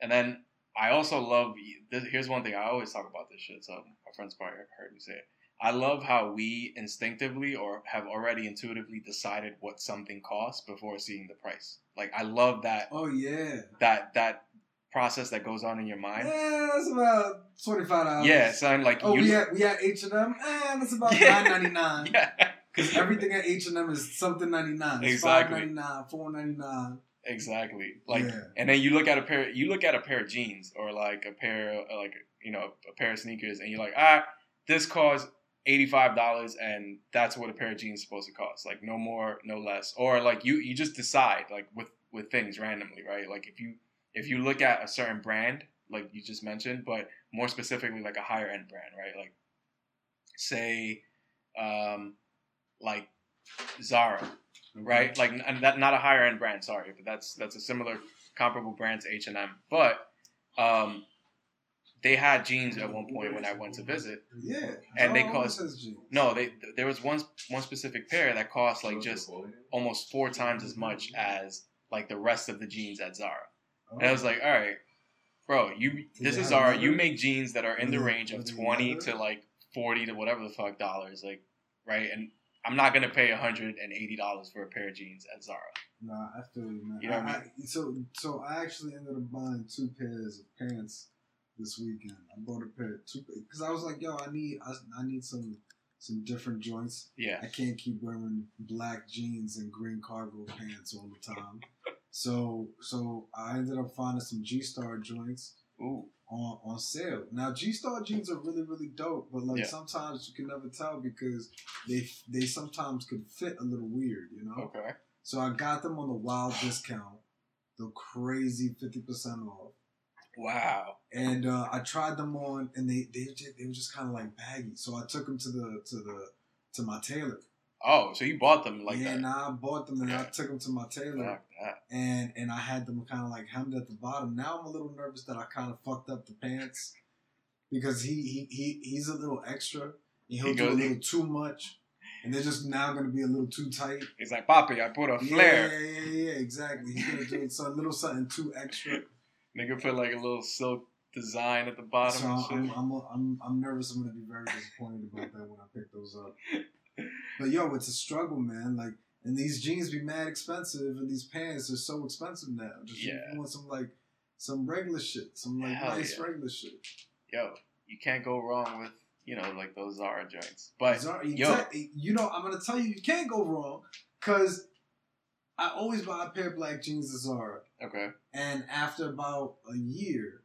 Speaker 2: and then I also love this, here's one thing I always talk about this shit. So my friends probably heard me say it. I love how we instinctively or have already intuitively decided what something costs before seeing the price. Like I love that
Speaker 1: Oh yeah.
Speaker 2: that that process that goes on in your mind.
Speaker 1: Yeah, that's about twenty five dollars.
Speaker 2: Yeah, son. Like
Speaker 1: Oh,
Speaker 2: you.
Speaker 1: we at we at H and M. Eh, that's about
Speaker 2: [LAUGHS] Yeah.
Speaker 1: nine ninety nine.
Speaker 2: yeah.
Speaker 1: Because everything at H and M is something ninety nine. It's
Speaker 2: Exactly.
Speaker 1: five ninety nine, four ninety nine.
Speaker 2: Exactly. Like,
Speaker 1: Yeah.
Speaker 2: and then you look at a pair. You look at a pair of jeans or like a pair, of- like you know, a pair of sneakers, and you're like, ah, this costs eighty five dollars, and that's what a pair of jeans is supposed to cost. Like, no more, no less. Or like you, you just decide like with with things randomly, right? Like if you if you look at a certain brand, like you just mentioned, but more specifically, like a higher end brand, right? Like, say, um, like Zara, right? Like n- that, not a higher end brand, sorry, but that's that's a similar comparable brand to H and M. But um, they had jeans at one point when I went to visit.
Speaker 1: Yeah.
Speaker 2: And they
Speaker 1: Zara
Speaker 2: cost-
Speaker 1: always has jeans.
Speaker 2: No, they there was one one specific pair that cost like just [LAUGHS]
Speaker 4: Napoleon?
Speaker 2: almost four times as much as like the rest of the jeans at Zara.
Speaker 1: Oh.
Speaker 2: And I was like, all right, bro, you this
Speaker 1: they
Speaker 2: is
Speaker 1: have
Speaker 2: Zara.
Speaker 1: leather?
Speaker 2: You make jeans that are in the
Speaker 1: Are they-
Speaker 2: range
Speaker 1: are
Speaker 2: of
Speaker 1: they
Speaker 2: twenty
Speaker 1: leather?
Speaker 2: to like forty to whatever the fuck dollars, like right? And I'm not gonna pay hundred and eighty dollars for a pair of jeans at Zara.
Speaker 1: nah, I feel you, man.
Speaker 2: You know what
Speaker 1: I,
Speaker 2: I
Speaker 1: I- so so I actually ended up buying two pairs of pants this weekend. I bought a pair of two because I was like, yo, I need I, I need some some different joints.
Speaker 2: Yeah,
Speaker 1: I can't keep wearing black jeans and green cargo pants all the time. So so I ended up finding some G Star joints
Speaker 2: Ooh.
Speaker 1: on on sale. Now G Star jeans are really really dope, but like
Speaker 2: Yeah.
Speaker 1: sometimes you can never tell because they they sometimes could fit a little weird, you know.
Speaker 2: Okay.
Speaker 1: So I got them on the wild discount, the crazy fifty percent off,
Speaker 2: Wow.
Speaker 1: and uh, I tried them on, and they they ju- they were just kind of like baggy. So I took them to the to the to my tailor.
Speaker 2: Oh, so you bought them like
Speaker 1: yeah,
Speaker 2: that?
Speaker 1: and I bought them and I
Speaker 2: Yeah.
Speaker 1: took them to my tailor,
Speaker 2: Fuck that.
Speaker 1: and and I had them kind of like hemmed at the bottom. Now I'm a little nervous that I kind of fucked up the pants because he he, he he's a little extra and he'll
Speaker 2: He
Speaker 1: do
Speaker 2: goes-
Speaker 1: a little too much, and they're just now gonna be a little too tight.
Speaker 2: It's like Poppy. I put a flare.
Speaker 1: Yeah, yeah, yeah, yeah, exactly. He's gonna do some little something too extra.
Speaker 2: Nigga put like a little silk design at the [LAUGHS] bottom.
Speaker 1: So
Speaker 2: and shit.
Speaker 1: I'm, I'm, I'm, I'm nervous. I'm gonna be very disappointed about that when I pick those
Speaker 2: [LAUGHS]
Speaker 1: up. But yo, it's a struggle, man. Like, and these jeans be mad expensive, and these pants are so expensive now. Just you
Speaker 2: Yeah.
Speaker 1: want some like some regular shit, some like
Speaker 2: Hell
Speaker 1: nice
Speaker 2: yeah.
Speaker 1: regular shit.
Speaker 2: Yo, you can't go wrong with you know like those Zara joints. But
Speaker 1: Zara- you,
Speaker 2: yo,
Speaker 1: te- you know, I'm gonna tell you, you can't go wrong, cause I always buy a pair of black jeans at Zara,
Speaker 2: okay.
Speaker 1: and after about a year,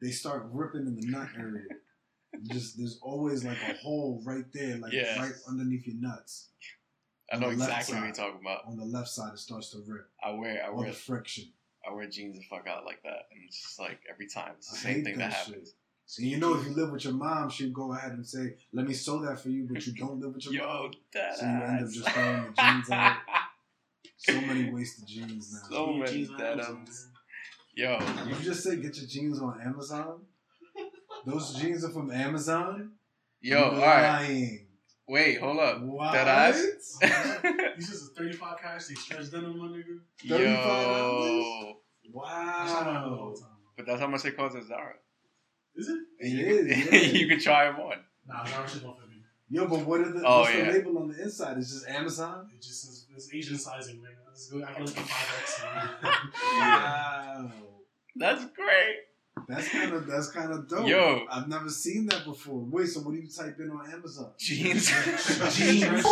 Speaker 1: they start ripping in the nut area. Just there's always like a hole right there, like
Speaker 2: Yeah.
Speaker 1: right underneath your nuts
Speaker 2: I
Speaker 1: On
Speaker 2: know
Speaker 1: the left
Speaker 2: exactly what you're
Speaker 1: side.
Speaker 2: talking about.
Speaker 1: on the left side. It starts to rip.
Speaker 2: I wear I
Speaker 1: All
Speaker 2: wear
Speaker 1: the friction.
Speaker 2: I wear jeans and fuck out like that, and it's just like every time it's the
Speaker 1: I
Speaker 2: same
Speaker 1: hate
Speaker 2: thing that,
Speaker 1: that shit.
Speaker 2: happens.
Speaker 1: So you know, if you live with your mom, she'd go ahead and say, "Let me sew that for you," but you don't live with your
Speaker 2: [LAUGHS] Yo,
Speaker 1: mom,
Speaker 2: that
Speaker 1: so you end up
Speaker 2: ass.
Speaker 1: just throwing the jeans out.
Speaker 2: [LAUGHS]
Speaker 1: So many wasted jeans now.
Speaker 2: So
Speaker 4: Yeah,
Speaker 2: many
Speaker 4: jeans on
Speaker 2: dead
Speaker 4: Amazon,
Speaker 2: ends. [LAUGHS] Yo,
Speaker 1: You just say get your jeans on Amazon. Those jeans are from Amazon.
Speaker 2: yo,
Speaker 1: You're
Speaker 2: all right.
Speaker 1: lying.
Speaker 2: Wait, hold up.
Speaker 1: What?
Speaker 2: Dead ass?
Speaker 4: man. This is a 35 cash, they stretch denim, my nigga.
Speaker 2: yo,
Speaker 4: That's how I have it all
Speaker 1: wow.
Speaker 4: the time.
Speaker 2: but that's how much it costs at Zara.
Speaker 4: Is it?
Speaker 1: It
Speaker 2: you [LAUGHS]
Speaker 1: is.
Speaker 2: Could,
Speaker 1: yeah.
Speaker 2: you could try them on.
Speaker 4: Nah, Zara shit don't fit me.
Speaker 1: Yo, but what are the,
Speaker 2: Oh,
Speaker 1: what's
Speaker 2: yeah.
Speaker 1: the label on the inside? It's just Amazon.
Speaker 4: It just is it's Asian sizing, man. Let's go. I can look at 5X.
Speaker 2: [LAUGHS]
Speaker 4: [LAUGHS]
Speaker 1: Wow.
Speaker 2: That's great.
Speaker 1: That's kind of that's kind of dope.
Speaker 2: Yo.
Speaker 1: I've never seen that before. Wait, so what do you type in on Amazon? [LAUGHS]
Speaker 2: Jeans.
Speaker 1: Jeans.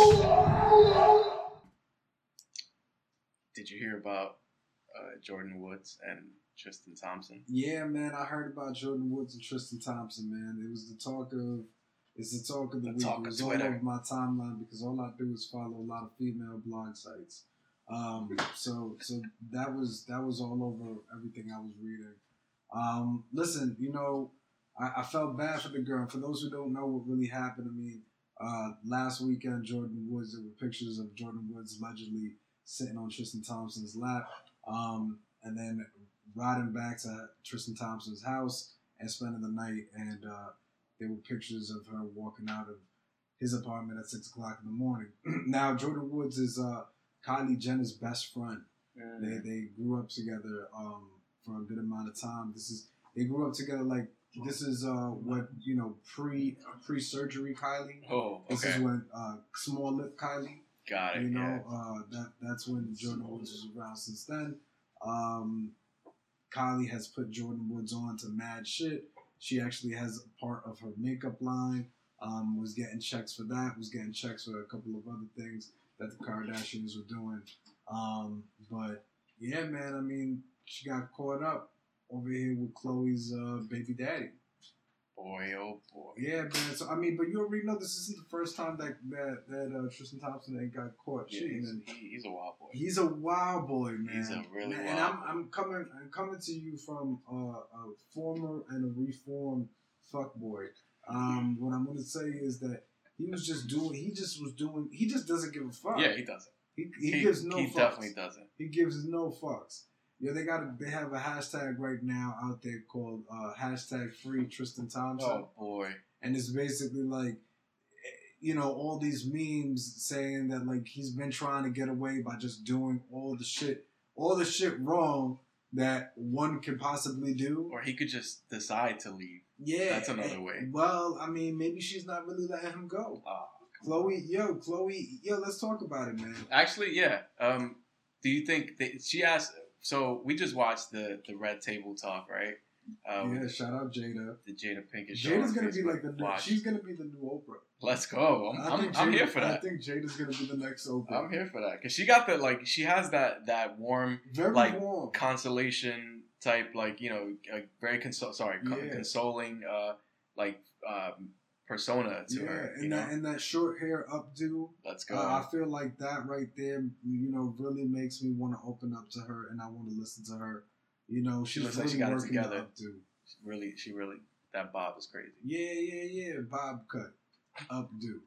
Speaker 2: Did you hear about uh, Jordan Woods and Tristan Thompson?
Speaker 1: Yeah, man, I heard about Jordan Woods and Tristan Thompson, man. It was the talk of it's the talk of the,
Speaker 2: The
Speaker 1: week.
Speaker 2: talk
Speaker 1: it
Speaker 2: of
Speaker 1: was all
Speaker 2: Twitter.
Speaker 1: over my timeline because all I do is follow a lot of female blog sites. Um, so so that was that was all over everything I was reading. Um, listen, you know, I, I felt bad for the girl. For those who don't know what really happened, I mean, uh, last weekend Jordan Woods, there were pictures of Jordan Woods allegedly sitting on Tristan Thompson's lap, um, and then riding back to Tristan Thompson's house and spending the night. And uh, there were pictures of her walking out of his apartment at six o'clock in the morning. [CLEARS THROAT] now Jordan Woods is uh, Kylie Jenner's best friend. They they grew up together um, for a good amount of time. This is they grew up together like this is uh, what you know pre pre surgery Kylie.
Speaker 2: Oh,
Speaker 1: This
Speaker 2: okay.
Speaker 1: is when uh, small lip Kylie.
Speaker 2: Got it.
Speaker 1: You know,
Speaker 2: yeah.
Speaker 1: uh, that that's when Jordan Woods was around. Since then, um, Kylie has put Jordan Woods on to mad shit. She actually has a part of her makeup line. Um, was getting checks for that. Was getting checks for a couple of other things that the Kardashians were doing. Um, but yeah, man. I mean, she got caught up over here with Chloe's uh, baby daddy.
Speaker 2: Boy, oh boy.
Speaker 1: Yeah, man. So I mean, but you already know this isn't the first time that that, that uh, Tristan Thompson ain't got caught
Speaker 2: Yeah,
Speaker 1: cheating.
Speaker 2: he's,
Speaker 1: And
Speaker 2: he- he's a wild boy.
Speaker 1: He's a wild boy, man.
Speaker 2: He's a really
Speaker 1: and,
Speaker 2: wild
Speaker 1: And I'm,
Speaker 2: boy.
Speaker 1: I'm coming I'm coming to you from uh, a former and a reformed fuck boy. Um, what I'm gonna say is that he was just doing. He just was doing. He just doesn't give a fuck.
Speaker 2: Yeah, he doesn't.
Speaker 1: He, he, gives no.
Speaker 2: He
Speaker 1: fucks.
Speaker 2: definitely doesn't.
Speaker 1: He gives no fucks. Yeah, they got. They have a hashtag right now out there called uh, hashtag Free Tristan Thompson
Speaker 2: Oh boy.
Speaker 1: and it's basically like you know all these memes saying that like he's been trying to get away by just doing all the shit all the shit wrong that one can possibly do
Speaker 2: Or he could just decide to leave.
Speaker 1: yeah
Speaker 2: That's another
Speaker 1: and-
Speaker 2: way.
Speaker 1: well i mean maybe she's not really letting him go
Speaker 2: Ah.
Speaker 1: chloe yo chloe yo let's talk about it man
Speaker 2: Actually, yeah. Um, do you think that she asked? So we just watched the the Red Table Talk, right? Um,
Speaker 1: yeah shout out jada
Speaker 2: The Jada Pinkett show.
Speaker 1: jada's
Speaker 2: on
Speaker 1: gonna be
Speaker 2: Facebook.
Speaker 1: like the new,
Speaker 2: Watch.
Speaker 1: she's gonna be the new oprah
Speaker 2: Let's go. I'm,
Speaker 1: I
Speaker 2: I'm,
Speaker 1: think
Speaker 2: I'm
Speaker 1: Jada-
Speaker 2: here for
Speaker 1: i
Speaker 2: that.
Speaker 1: think jada's gonna be the next oprah
Speaker 2: I'm here for that because she got the like she has that that warm
Speaker 1: very
Speaker 2: like,
Speaker 1: warm
Speaker 2: consolation type, like you know, a very consol- sorry, co-
Speaker 1: Yeah.
Speaker 2: consoling, uh, like um, persona to
Speaker 1: yeah,
Speaker 2: her. You
Speaker 1: and
Speaker 2: know,
Speaker 1: that and that short hair updo.
Speaker 2: let's go.
Speaker 1: Uh, I feel like that right there, you know, really makes me want to open up to her and I want to listen to her. You know, she's
Speaker 2: looks like
Speaker 1: really
Speaker 2: she got it
Speaker 1: working the
Speaker 2: together.
Speaker 1: updo.
Speaker 2: really, she really that Bob is crazy.
Speaker 1: Yeah, yeah, yeah. Bob cut updo.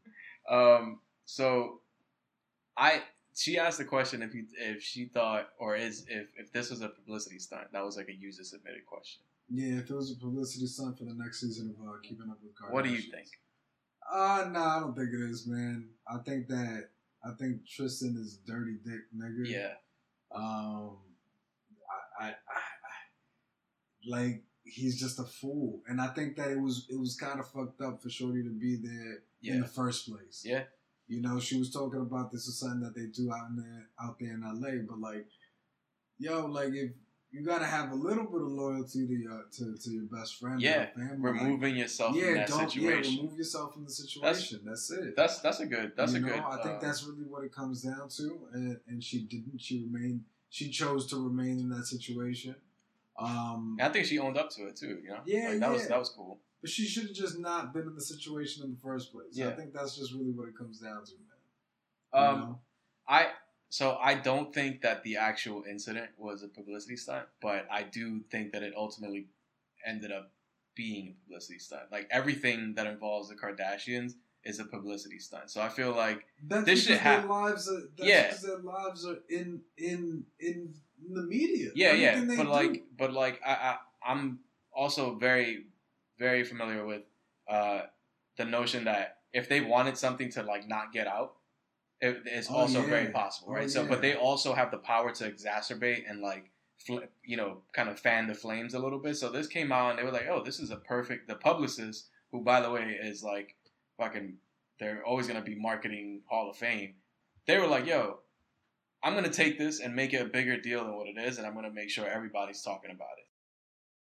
Speaker 2: Um, so I she asked the question if you if she thought or is if if this was a publicity stunt. That was like a user submitted question.
Speaker 1: Yeah, if it was a publicity stunt for the next season of uh, Keeping Up with Kardashians.
Speaker 2: What do you think?
Speaker 1: Uh no, I don't think it is, man. I think that I think Tristan is a dirty dick nigga.
Speaker 2: Yeah,
Speaker 1: Um, I, I, I, I- like he's just a fool, and I think that it was it was kind of fucked up for Shorty to be there in
Speaker 2: yeah,
Speaker 1: the first place.
Speaker 2: yeah.
Speaker 1: You know, she was talking about this is something that they do out in there, out there in LA, but like, yo, like if you gotta have a little bit of loyalty to your to, to your best friend,
Speaker 2: Yeah,
Speaker 1: or family, like,
Speaker 2: Removing yourself from that situation.
Speaker 1: yeah, remove yourself from the situation. That's, it.
Speaker 2: That's that's a good. That's
Speaker 1: You
Speaker 2: a
Speaker 1: know,
Speaker 2: good.
Speaker 1: I
Speaker 2: uh,
Speaker 1: think that's really what it comes down to, and, and she didn't. She remained. She chose to remain in that situation. Um,
Speaker 2: and I think she owned up to it too. You know.
Speaker 1: Yeah,
Speaker 2: Like, that was
Speaker 1: yeah.
Speaker 2: that was cool.
Speaker 1: but she should have just not been in the situation in the first place. I
Speaker 2: Yeah.
Speaker 1: think that's just really what it comes down to, man. You
Speaker 2: Um,
Speaker 1: know?
Speaker 2: I so I don't think that the actual incident was a publicity stunt, but I do think that it ultimately ended up being a publicity stunt. Like everything that involves the Kardashians is a publicity stunt. So I feel like
Speaker 1: That's
Speaker 2: this shit
Speaker 1: because their
Speaker 2: hap-
Speaker 1: lives are. That's
Speaker 2: Yeah.
Speaker 1: because their lives are in in in the media.
Speaker 2: yeah, yeah,
Speaker 1: Everything they
Speaker 2: but
Speaker 1: do.
Speaker 2: like, but like, I, I I'm also very very familiar with uh, the notion that if they wanted something to like not get out, it, it's
Speaker 1: Oh,
Speaker 2: also
Speaker 1: yeah.
Speaker 2: very possible,
Speaker 1: Oh,
Speaker 2: right? So,
Speaker 1: yeah.
Speaker 2: but they also have the power to exacerbate and like. fl- You know, kind of fan the flames a little bit. So this came out, and they were like, "Oh, this is a perfect." The publicist, who by the way is like fucking, they're always gonna be marketing Hall of Fame. They were like, "Yo, I'm gonna take this and make it a bigger deal than what it is, and I'm gonna make sure everybody's talking about it."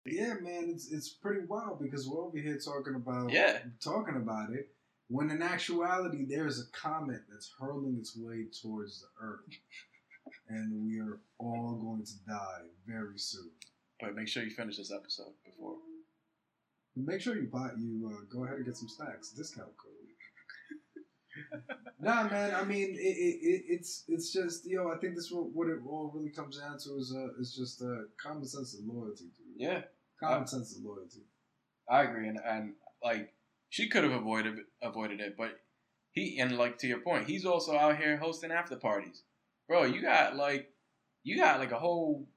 Speaker 1: yeah, man, it's it's pretty wild because we're over here talking about
Speaker 2: Yeah,
Speaker 1: talking about it when in actuality there is a comet that's hurling its way towards the earth and we are all going to die very soon
Speaker 2: but make sure you finish this episode before.
Speaker 1: make sure you buy you uh, go ahead and get some snacks discount code nah man i mean it, it, it, it's it's just you know i think this what, what it all really comes down to is uh is just uh common sense and loyalty dude.
Speaker 2: Yeah,
Speaker 1: common sense and loyalty
Speaker 2: I agree, and, and like she could have avoided avoided it, but he and like to your point, he's also out here hosting after parties, bro. You got like you got like a whole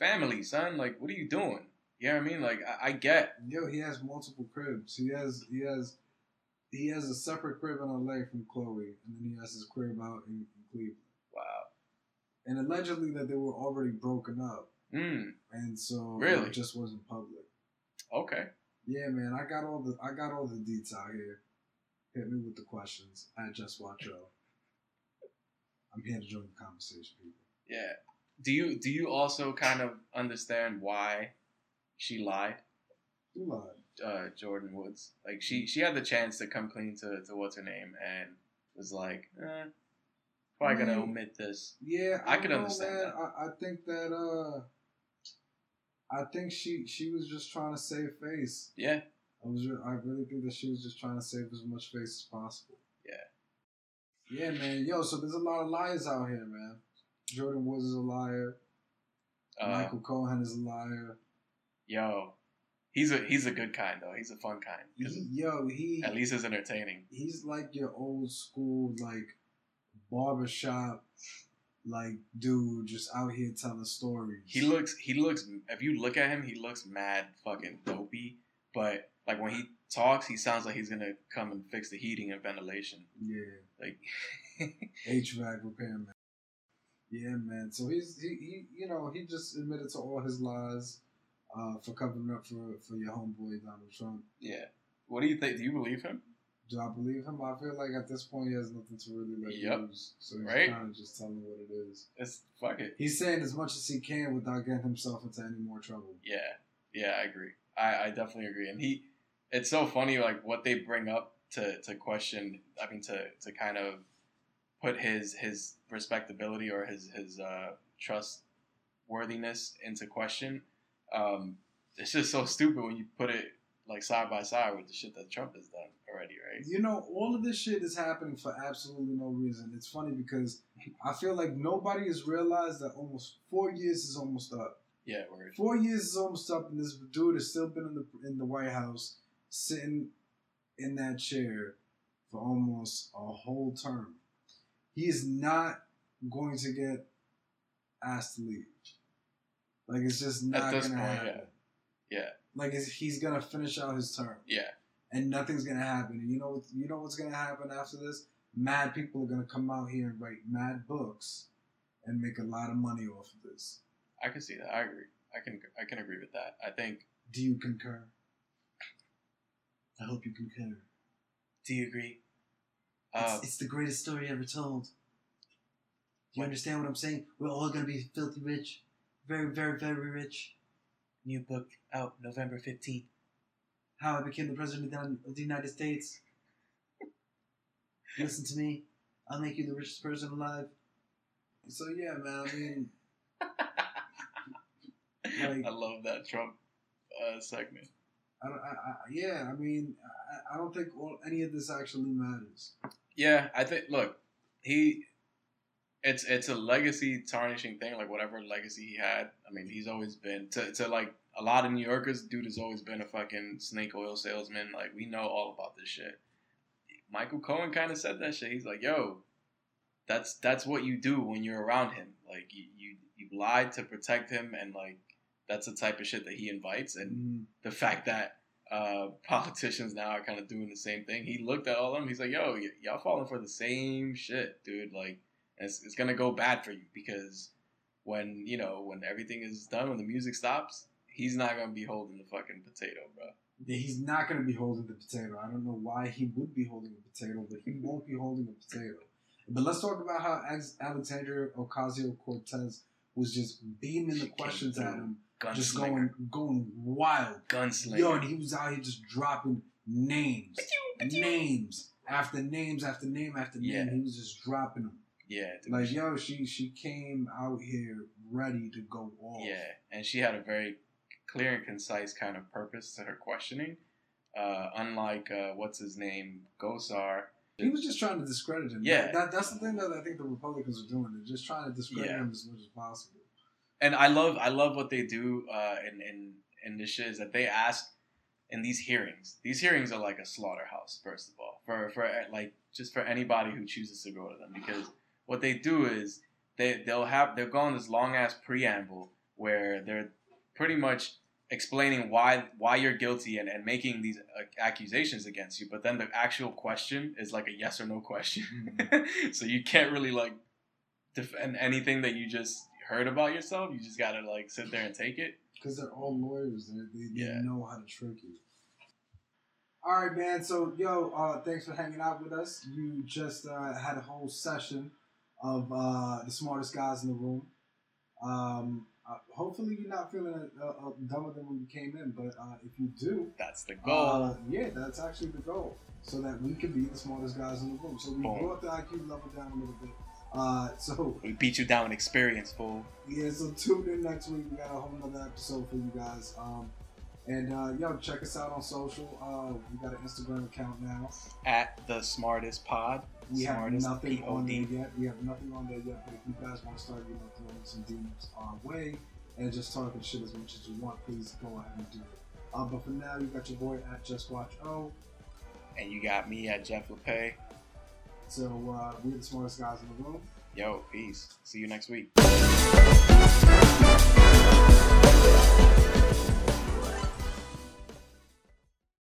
Speaker 2: family, son. Like, what are you doing? You know what I mean? Like, I, I get
Speaker 1: Yo, he has multiple cribs. He has he has he has a separate crib in LA from Chloe, and then he has his crib out in, in Cleveland.
Speaker 2: wow.
Speaker 1: And allegedly that they were already broken up,
Speaker 2: Mm,
Speaker 1: and so
Speaker 2: Really?
Speaker 1: it just wasn't public.
Speaker 2: okay.
Speaker 1: Yeah, man, I got all the I got all the deets out here. Hit me with the questions. I just watch yo. I'm here to join the conversation, people.
Speaker 2: Yeah. Do you do you also kind of understand why she lied,
Speaker 1: You lied.
Speaker 2: uh, Jordan Woods? Like she she had the chance to come clean to, to what's her name and was like, eh, probably gonna
Speaker 1: Mm.
Speaker 2: omit this.
Speaker 1: Yeah,
Speaker 2: I
Speaker 1: don't
Speaker 2: could
Speaker 1: know,
Speaker 2: understand
Speaker 1: man.
Speaker 2: that.
Speaker 1: I, I think that uh, I think she she was just trying to save face.
Speaker 2: Yeah.
Speaker 1: I was re- I really think that she was just trying to save as much face as possible.
Speaker 2: Yeah.
Speaker 1: Yeah, man. Yo, so there's a lot of liars out here, man. Jordan Woods is a liar.
Speaker 2: Uh,
Speaker 1: Michael Cohen is a liar.
Speaker 2: yo, he's a he's a good kind though. He's a fun kind. 'Cause
Speaker 1: He, yo, he
Speaker 2: At least it's entertaining.
Speaker 1: he's like your old school like barbershop like dude just out here telling stories.
Speaker 2: He looks he looks. If you look at him, he looks mad fucking dopey. But like when he talks, he sounds like he's gonna come and fix the heating and ventilation.
Speaker 1: yeah.
Speaker 2: Like [LAUGHS]
Speaker 1: HVAC repairman. Yeah, man. So he's he, he you know he just admitted to all his lies uh, for covering up for for your homeboy Donald Trump.
Speaker 2: Yeah. What do you think? Do you believe him?
Speaker 1: Do I believe him? I feel like at this point he has nothing to really like
Speaker 2: Yep.
Speaker 1: lose, so he's
Speaker 2: Right.
Speaker 1: kind of just telling what it is.
Speaker 2: It's fuck it.
Speaker 1: He's saying as much as he can without getting himself into any more trouble.
Speaker 2: Yeah. Yeah, I agree. I, I definitely agree. And he it's so funny like what they bring up to, to question I mean to, to kind of put his his respectability or his his uh trustworthiness into question Um, it's just so stupid when you put it like side by side with the shit that Trump has done already, right?
Speaker 1: You know, all of this shit is happening for absolutely no reason. It's funny because I feel like nobody has realized that almost four years is almost up.
Speaker 2: Yeah, word.
Speaker 1: Four years is almost up, and this dude has still been in the in the White House, sitting in that chair for almost a whole term. He is not going to get asked to leave. Like it's just not
Speaker 2: this
Speaker 1: going to
Speaker 2: point,
Speaker 1: happen.
Speaker 2: yeah. Yeah.
Speaker 1: Like it's, he's going to finish out his term,
Speaker 2: Yeah,
Speaker 1: and nothing's going to happen. And you know what? You know what's going to happen after this? Mad people are going to come out here and write mad books, and make a lot of money off of this.
Speaker 2: I can see that. I agree. I can I can agree with that. I think.
Speaker 1: Do you concur? I hope you concur.
Speaker 2: Do you agree?
Speaker 1: It's,
Speaker 2: Uh,
Speaker 1: it's the greatest story ever told. Do you
Speaker 2: What?
Speaker 1: understand what I'm saying? We're all gonna be filthy rich, very, very, very rich.
Speaker 2: new book out November fifteenth.
Speaker 1: How I became the president of the United States. Listen to me. I'll make you the richest person alive. So yeah, man. I mean, Like- [LAUGHS]
Speaker 2: [LAUGHS] I love that Trump uh, segment.
Speaker 1: I, don't- I, I, yeah. I mean, I, I don't think all, any of this actually matters.
Speaker 2: Yeah, I think. Look, he. It's it's a legacy tarnishing thing. Like whatever legacy he had. I mean, he's always been to to like a lot of New Yorkers. Dude has always been a fucking snake oil salesman. Like we know all about this shit. Michael Cohen kind of said that shit. He's like, yo, that's that's what you do when you're around him. Like you you, you lied to protect him, and like that's the type of shit that he invites. And the fact that uh, politicians now are kind of doing the same thing. He looked at all of them. He's like, "Yo, y- y'all falling for the same shit, dude. Like, it's, it's gonna go bad for you because when you know when everything is done, when the music stops, he's not gonna be holding the fucking potato, bro.
Speaker 1: Yeah, he's not going to be holding the potato. I don't know why he would be holding a potato, but he won't be holding a potato. But let's talk about how Ex- Alexandria Ocasio Cortez was just beaming the
Speaker 2: She came
Speaker 1: questions at him,
Speaker 2: Gunslinger,
Speaker 1: just going going wild.
Speaker 2: gunslinger.
Speaker 1: Yo, and he was out here just dropping names, names after names after name after name.
Speaker 2: Yeah.
Speaker 1: He was just dropping them.
Speaker 2: yeah, dude.
Speaker 1: Like yo, she she came out here ready to go off.
Speaker 2: Yeah, and she had a very clear and concise kind of purpose to her questioning. Uh, unlike uh, what's his name, Gosar.
Speaker 1: He was just trying to discredit him.
Speaker 2: Yeah.
Speaker 1: That, that's the thing that I think the Republicans are doing. They're just trying to discredit
Speaker 2: Yeah.
Speaker 1: him as much as possible.
Speaker 2: and I love I love what they do uh, in in in this shit is that they ask in these hearings. These hearings are like a slaughterhouse, first of all, for for uh, like just for anybody who chooses to go to them because what they do is they they'll have they'll go on this long ass preamble where they're pretty much explaining why why you're guilty and, and making these uh, accusations against you but then the actual question is like a yes or no question
Speaker 1: Mm-hmm.
Speaker 2: [LAUGHS] so you can't really like defend anything that you just heard about yourself. You just gotta like sit there and take it.
Speaker 1: Because they're all lawyers. They're, they they
Speaker 2: Yeah.
Speaker 1: know how to trick you. All right, man. So, yo, uh, thanks for hanging out with us. You just uh, had a whole session of uh, the smartest guys in the room. Um, uh, hopefully, you're not feeling uh, uh, dumber than when you came in, but uh, if you do,
Speaker 2: That's the goal.
Speaker 1: Uh, yeah, that's actually the goal. So that we can be the smartest guys in the room. So we
Speaker 2: Boom.
Speaker 1: brought the IQ level down a little bit. Uh, so
Speaker 2: we beat you down with experience, fool.
Speaker 1: yeah, so tune in next week. We got a whole nother episode for you guys. Um, and uh, yo, check us out on social. Uh, we got an Instagram account now.
Speaker 2: At the smartest pod.
Speaker 1: We
Speaker 2: smartest
Speaker 1: have nothing on
Speaker 2: POD.
Speaker 1: there yet. We have nothing on there yet. But if you guys want to start, you know, throwing some DMs our way and just talking shit as much as you want, please go ahead and do it. Uh, but for now, you got your boy at Just Watch O.
Speaker 2: And you got me at Jeff LePay.
Speaker 1: So uh, we're the smartest guys in the room.
Speaker 2: Yo, peace. See you next week.